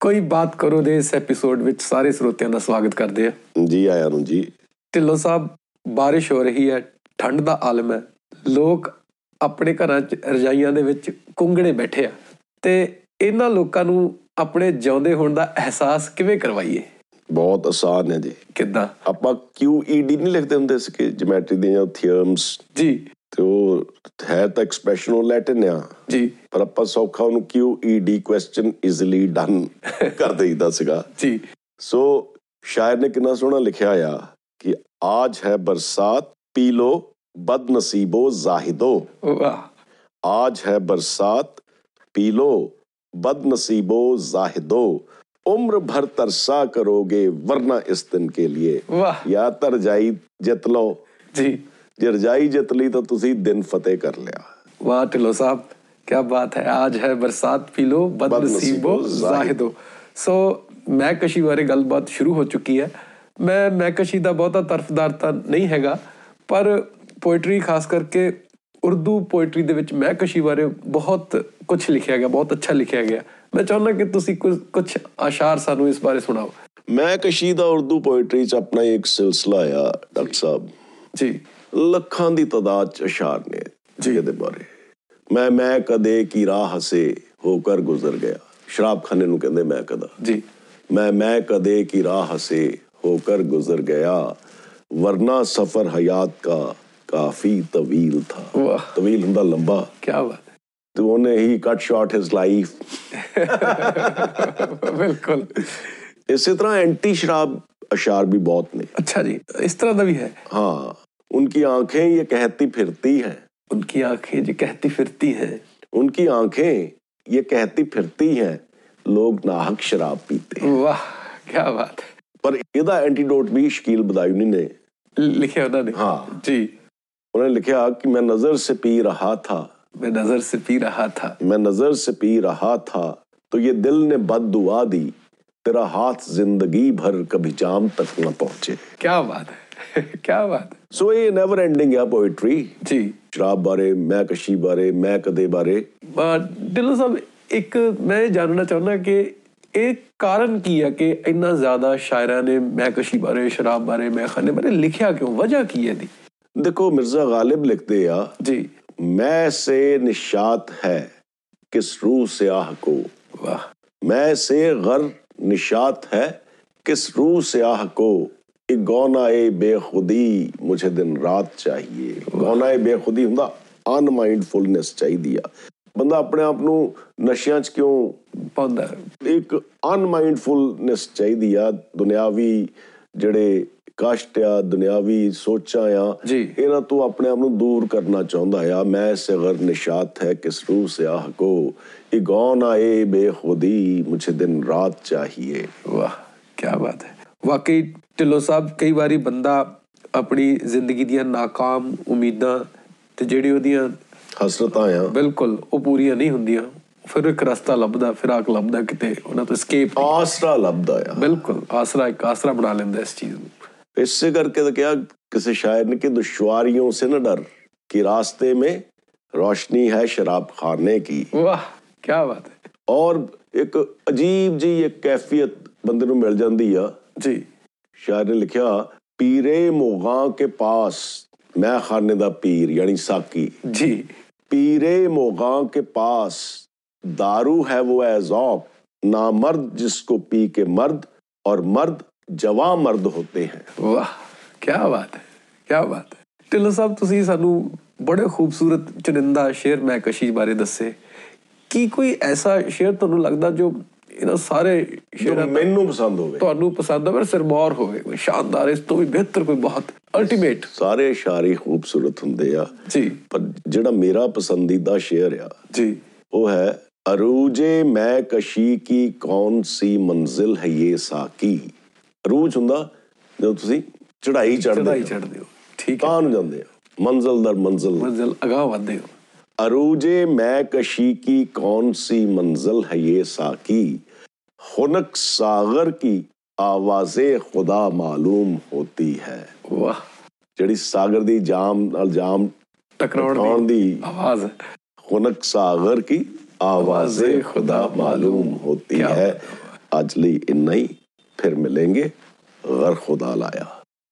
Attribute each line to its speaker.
Speaker 1: ਕੋਈ ਬਾਤ ਕਰੋ ਦੇ ਇਸ ਐਪੀਸੋਡ ਵਿੱਚ ਸਾਰੇ ਸਰੋਤਿਆਂ ਦਾ ਸਵਾਗਤ ਕਰਦੇ ਆ
Speaker 2: ਜੀ ਆਇਆਂ ਨੂੰ ਜੀ
Speaker 1: ਢਿੱਲੋਂ ਸਾਹਿਬ ਬਾਰਿਸ਼ ਹੋ ਰਹੀ ਹੈ ਠੰਡ ਦਾ ਆਲਮ ਹੈ ਲੋਕ ਆਪਣੇ ਘਰਾਂ 'ਚ ਰਜਾਈਆਂ ਦੇ ਵਿੱਚ ਕੁੰਗੜੇ ਬੈਠੇ ਆ ਤੇ ਇਹਨਾਂ ਲੋਕਾਂ ਨੂੰ ਆਪਣੇ ਜਿਉਂਦੇ ਹੋਣ ਦਾ ਅਹਿਸਾਸ ਕਿਵੇਂ ਕਰਵਾਈਏ
Speaker 2: ਬਹੁਤ ਆਸਾਨ ਹੈ ਜੀ
Speaker 1: ਕਿੱਦਾਂ
Speaker 2: ਆਪਾਂ QED ਨਹੀਂ ਲਿਖਦੇ ਹੁੰਦੇ ਸੀਗੇ ਜਿਓਮੈਟਰੀ ਦੀਆਂ ਥਿਅਰਮਸ
Speaker 1: ਜੀ
Speaker 2: ਤੇ ਉਹ ਹੈ ਤਾਂ ਐਕਸਪ੍ਰੈਸ਼ਨ ਉਹ ਲੈਟਿਨ ਆ
Speaker 1: ਜੀ
Speaker 2: ਪਰ ਆਪਾਂ ਸੌਖਾ ਉਹਨੂੰ E QED question easily done ਕਰ ਦੇਈਦਾ ਸੀਗਾ
Speaker 1: ਜੀ
Speaker 2: ਸੋ ਸ਼ਾਇਰ ਨੇ ਕਿੰਨਾ ਸੋਹਣਾ ਲਿਖਿਆ ਆ ਕਿ ਆਜ ਹੈ ਬਰਸਾਤ ਪੀ ਲੋ ਬਦਨਸੀਬੋ ਜ਼ਾਹਿਦੋ
Speaker 1: ਵਾਹ
Speaker 2: आज है बरसात पी लो बदनसीबो जाहिदो उम्र भर तरसा करोगे वरना इस दिन के लिए
Speaker 1: ਵਾਹ
Speaker 2: या ਤਾਂ ਰਜਾਈ ਜਿੱਤ ਲਓ
Speaker 1: ਜੀ
Speaker 2: ਜੇ ਰਜਾਈ ਜਿੱਤ ਲਈ ਤਾਂ ਤੁਸੀਂ ਦਿਨ ਫਤਿਹ ਕਰ ਲਿਆ
Speaker 1: वाह टिलो साहब क्या बात है आज है बरसात पी लो बदनसीबो
Speaker 2: बदनसीबो
Speaker 1: ਜ਼ਾਹਿਦੋ ਸੋ ਮੈਂ ਕਸ਼ੀ ਬਾਰੇ ਗੱਲਬਾਤ ਸ਼ੁਰੂ ਹੋ ਚੁੱਕੀ ਹੈ ਮੈਂ ਮੈਂ ਕਸ਼ੀ ਦਾ ਬਹੁਤਾ ਤਰਫਦਾਰ ਤਾਂ ਨਹੀਂ ਹੈਗਾ ਪਰ ਪੋਇਟਰੀ ਖਾਸ ਕਰਕੇ ਉਰਦੂ ਪੋਇਟਰੀ ਦੇ ਵਿੱਚ ਮੈਂ ਕਸ਼ੀ ਬਾਰੇ ਬਹੁਤ ਕੁਝ ਲਿਖਿਆ ਗਿਆ ਬਹੁਤ ਅੱਛਾ ਲਿਖਿਆ ਗਿਆ ਮੈਂ ਚਾਹੁੰਦਾ ਕਿ ਤੁਸੀਂ ਕੁਝ ਕੁਝ ਆਸ਼ਾਰ ਸਾਨੂੰ ਇਸ ਬਾਰੇ ਸੁਣਾਓ
Speaker 2: ਮੈਂ ਕਸ਼ੀਦਾ ਉਰਦੂ ਪੋਇਟਰੀ ਚ ਆਪਣਾ ਇੱਕ ਸਿਲਸਿਲਾ ਆ ਡਾਕਟਰ ਸਾਹਿਬ
Speaker 1: ਜੀ
Speaker 2: ਲੱਖਾਂ ਦੀ ਤਦਾਦ ਚ ਅਸ਼ਾਰ ਨੇ ਜੀ ਦੇ ਬਾਰੇ ਮੈਂ ਮੈਂ ਕਦੇ ਕੀ ਰਾਹ ਹਸੇ ਹੋ ਕਰ ਗੁਜ਼ਰ ਗਿਆ ਸ਼ਰਾਬਖਾਨੇ ਨੂੰ ਕਹਿੰਦੇ ਮੈਂ ਕਦਾ
Speaker 1: ਜੀ
Speaker 2: मैं मैं कदे की राह से होकर गुजर गया वरना सफर हयात का काफी तवील था
Speaker 1: वाह।
Speaker 2: तवील ਹੁੰਦਾ ਲੰਬਾ
Speaker 1: ਕੀ ਬਾਤ ਹੈ।
Speaker 2: ਤੇ ਉਹਨੇ ਹੀ ਕੱਟ ਸ਼ਾਰਟ ਹਿਸ ਲਾਈਫ
Speaker 1: ਬਿਲਕੁਲ
Speaker 2: ਇਸੇ ਤਰ੍ਹਾਂ ਐਂਟੀ ਸ਼ਰਾਬ ਅਸ਼ਾਰ ਵੀ ਬਹੁਤ ਨੇ
Speaker 1: ਅੱਛਾ ਜੀ ਇਸ ਤਰ੍ਹਾਂ ਦਾ ਵੀ ਹੈ
Speaker 2: ਹਾਂ उनकी आंखें ये कहती फिरती हैं
Speaker 1: ਉਨਕੀ ਆਂਖੇ ਜੀ ਕਹਤੀ ਫਿਰਤੀ ਹੈ
Speaker 2: उनकी आंखें ये कहती फिरती हैं लोग नाहक शराब पीते हैं
Speaker 1: ਵਾਹ ਕੀ ਬਾਤ ਹੈ।
Speaker 2: पर ਇਹਦਾ ਐਂਟੀਡੋਟ ਵੀ ਸ਼ਕੀਲ ਬਦਾਇਨੀ ਨੇ
Speaker 1: ਲ- ਲਿਖਿਆ ਉਹਨਾਂ ਨੇ
Speaker 2: ਹਾਂ।
Speaker 1: ਜੀ
Speaker 2: ਉਹਨੇ ਲਿਖਿਆ ਕਿ ਮੈਂ ਨਜ਼ਰ ਸੇ ਪੀ ਰਹਾ था
Speaker 1: मैं नजर से पी रहा था
Speaker 2: मैं नजर से पी रहा था तो ये दिल ने बद दुआ दी तेरा हाथ जिंदगी भर कभी जाम तक न पहुंचे
Speaker 1: क्या बात है क्या बात है
Speaker 2: ਸੋ ਇਹ ਨੈਵਰ ਐਂਡਿੰਗ ਆ ਪੋਇਟਰੀ
Speaker 1: जी
Speaker 2: ਸ਼ਰਾਬ ਬਾਰੇ ਮੈਂ ਕਸ਼ੀ ਬਾਰੇ ਮੈਂ ਕਦੇ ਬਾਰੇ
Speaker 1: ਢਿੱਲੋਂ ਸਾਹਿਬ ਇੱਕ ਮੈਂ ਇਹ ਜਾਣਨਾ ਚਾਹੁੰਦਾ ਕਿ ਇਹ ਕਾਰਨ ਕੀ ਹੈ ਕਿ ਇੰਨਾ ਜ਼ਿਆਦਾ ਸ਼ਾਇਰਾਂ ਨੇ ਮਹਿਕਸ਼ੀ ਬਾਰੇ ਸ਼ਰਾਬ ਬਾਰੇ ਮਹਿਖਾਨੇ ਬਾਰੇ ਲਿਖਿਆ ਕਿਉਂ ਵਜ੍ਹਾ ਕੀ ਹੈ ਦੀ
Speaker 2: ਦੇਖੋ ਮਿਰਜ਼ਾ ਗਾਲਿਬ ਲਿਖਦੇ ਆ
Speaker 1: ਜੀ
Speaker 2: ਮੈਂ ਸੇ ਨਿਸ਼ਾਤ ਹੈ ਕਿਸ ਰੂਹ ਸਿਆਹ ਕੋ
Speaker 1: ਵਾਹ
Speaker 2: मैं से गर निशात है किस रूह स्याह को एक गौनाए बेखुदी मुझे दिन रात चाहिए ਗੌਨਾਏ ਬੇਖੁਦੀ ਹੁੰਦਾ ਅਨਮਾਈਂਡਫੁਲਨੈਸ ਚਾਹੀਦੀ ਆ ਬੰਦਾ ਆਪਣੇ ਆਪ ਨੂੰ ਨਸ਼ਿਆਂ 'ਚ ਕਿਉਂ
Speaker 1: ਪਾਉਂਦਾ
Speaker 2: ਇੱਕ ਅਨਮਾਈਂਡਫੁਲਨੈਸ ਚਾਹੀਦੀ ਆ ਦੁਨਿਆਵੀ ਜਿਹੜੇ ਕਸ਼ਟ ਆ ਦੁਨਿਆਵੀ ਸੋਚਾਂ ਆ
Speaker 1: ਜੀ।
Speaker 2: ਇਹਨਾਂ ਤੋਂ ਆਪਣੇ ਆਪ ਨੂੰ ਦੂਰ ਕਰਨਾ ਚਾਹੁੰਦਾ ਆ ਮੈਂ ਸਿਗਰ ਨਿਸ਼ਾਤ ਹੈ ਕਿਸ ਰੂਹ ਸਿਆਹ ਕੋ ਇਹ ਗੌਨ ਆਏ ਬੇਖੁਦੀ ਮੁਝੇ ਦਿਨ ਰਾਤ ਚਾਹੀਏ
Speaker 1: ਵਾਹ ਕੀ ਬਾਤ ਹੈ ਵਾਕਈ ਢਿੱਲੋਂ ਸਾਹਿਬ ਕਈ ਵਾਰੀ ਬੰਦਾ ਆਪਣੀ ਜ਼ਿੰਦਗੀ ਦੀਆਂ ناکਾਮ ਉਮੀਦਾਂ ਤੇ ਜਿਹੜੀ ਉਹਦੀਆਂ
Speaker 2: ਹਸਰਤਾਂ ਆ
Speaker 1: ਬਿਲਕੁਲ ਉਹ ਪੂਰੀਆਂ ਨਹੀਂ ਹੁੰਦੀਆਂ ਫਿਰ ਇੱਕ ਰਸਤਾ ਲੱਭਦਾ ਫਿਰਾਕ ਲੱਭਦਾ ਕਿਤੇ ਉਹਨਾਂ ਤੋਂ escape
Speaker 2: ਆਸਰਾ ਲੱਭਦਾ ਆ
Speaker 1: ਬਿਲਕੁਲ ਆਸਰਾ ਇੱਕ ਆਸਰਾ ਬਣਾ ਲੈਂਦਾ ਇਸ ਚੀਜ਼ ਨੂੰ
Speaker 2: ਇਸੇ ਕਰਕੇ ਤਾਂ ਕਿਹਾ ਕਿਸੇ ਸ਼ਾਇਰ ਨੇ ਕਿ ਦੁਸ਼ਵਾਰੀਆਂ ਸੇ ਨਾ ਡਰ ਕਿ ਰਾਸਤੇ ਮੇ ਰੋਸ਼ਨੀ ਹੈ ਸ਼ਰਾਬ ਖਾਨੇ ਕੀ
Speaker 1: ਵਾਹ ਕੀ ਬਾਤ ਹੈ
Speaker 2: ਔਰ ਇੱਕ ਅਜੀਬ ਜੀ ਇੱਕ ਕੈਫੀਅਤ ਬੰਦੇ ਨੂੰ ਮਿਲ ਜਾਂਦੀ ਆ
Speaker 1: ਜੀ
Speaker 2: ਸ਼ਾਇਰ ਨੇ ਲਿਖਿਆ ਪੀਰੇ ਮੋਗਾ ਕੇ ਪਾਸ ਮੈਂ ਖਾਨੇ ਦਾ ਪੀਰ ਯਾਨੀ ਸਾਕੀ
Speaker 1: ਜੀ
Speaker 2: ਪੀਰੇ ਮੋਗਾ ਕੇ ਪਾਸ दारू ਹੈ ਉਹ ਐ ਜ਼ੌਕ ਨਾ ਮਰਦ ਜਿਸ ਕੋ ਪੀ ਕੇ ਮਰਦ ਔਰ ਮਰਦ ਜਵਾ ਮਰਦ ਹੋਤੇ ਹੈ
Speaker 1: ਵਾਹ ਕੀ ਬਾਤ ਹੈ ਕੀ ਬਾਤ ਹੈ ਢਿੱਲੋਂ ਸਾਹਿਬ ਤੁਸੀਂ ਸਾਨੂੰ ਬੜੇ ਖੂਬਸੂਰਤ ਚੁਨਿੰਦਾ ਸ਼ੇਰ ਮਹਿਕਸ਼ੀ ਬਾਰੇ ਦੱਸੇ ਕੀ ਕੋਈ ਐਸਾ ਸ਼ੇਰ ਤੁਹਾਨੂੰ ਲੱਗਦਾ ਜੋ ਇਹਨਾਂ ਸਾਰੇ
Speaker 2: ਜੋ
Speaker 1: ਸ਼ੇਰਾਂ
Speaker 2: ਮੈਨੂੰ ਪਸੰਦ ਹੋਵੇ
Speaker 1: ਤੁਹਾਨੂੰ ਪਸੰਦ ਆਵੇ ਸਿਰਮੌਰ ਹੋਵੇ ਕੋਈ ਸ਼ਾਨਦਾਰ ਇਸ ਤੋਂ ਵੀ ਬਿਹਤਰ ਕੋਈ ਬਹੁਤ ਅਲਟੀਮੇਟ
Speaker 2: ਸਾਰੇ ਇਸ਼ਾਰੇ ਖੂਬਸੂਰਤ ਹੁੰਦੇ ਆ
Speaker 1: ਜੀ
Speaker 2: ਪਰ ਜਿਹੜਾ ਮੇਰਾ ਪਸੰਦੀਦਾ ਸ਼ੇਅਰ ਆ
Speaker 1: ਜੀ
Speaker 2: वो है अरूजे मैं कशी की कौन सी मंजिल है ये साकी ਅਰੂਜ ਹੁੰਦਾ ਜਦੋਂ ਤੁਸੀਂ ਚੜਾਈ
Speaker 1: ਚੜਾਈ
Speaker 2: ਚੜ੍ਹਦੇ
Speaker 1: ਚੜਦੇ ਹੋ ਠੀਕ ਹੈ
Speaker 2: ਤਾਂ ਨੂੰ ਜਾਂਦੇ ਹੋ ਮੰਜ਼ਿਲ ਦਰ ਮੰਜ਼ਿਲ
Speaker 1: ਮੰਜ਼ਿਲ ਅਗਾਹ ਵਧਦੇ ਹੋ
Speaker 2: ਅਰੂਜੇ ਮੈਂ ਕਸ਼ੀ ਕੀ ਕੌਨ ਸੀ ਮੰਜ਼ਿਲ ਹੈ ਇਹ ਸਾਕੀ ਹੁਨਕ ਸਾਗਰ ਕੀ ਆਵਾਜ਼ੇ ਖੁਦਾ ਮਾਲੂਮ ਹੋਤੀ ਹੈ
Speaker 1: ਵਾਹ
Speaker 2: ਜਿਹੜੀ ਸਾਗਰ ਦੀ ਜਾਮ ਨਾਲ ਜਾਮ
Speaker 1: ਟਕਰਾਉਣ
Speaker 2: ਟਕਰਾਉਣ
Speaker 1: ਦੀ
Speaker 2: ਦੀ
Speaker 1: ਆਵਾਜ਼ ਹੈ
Speaker 2: खुनक सागर की आवाजें खुदा मालूम होती
Speaker 1: क्या
Speaker 2: है ਅੱਜ ਲਈ ਇੰਨਾ ਹੀ ਫਿਰ ਮਿਲਾਂਗੇ ਗਰ ਖੁਦਾ ਲਾਇਆ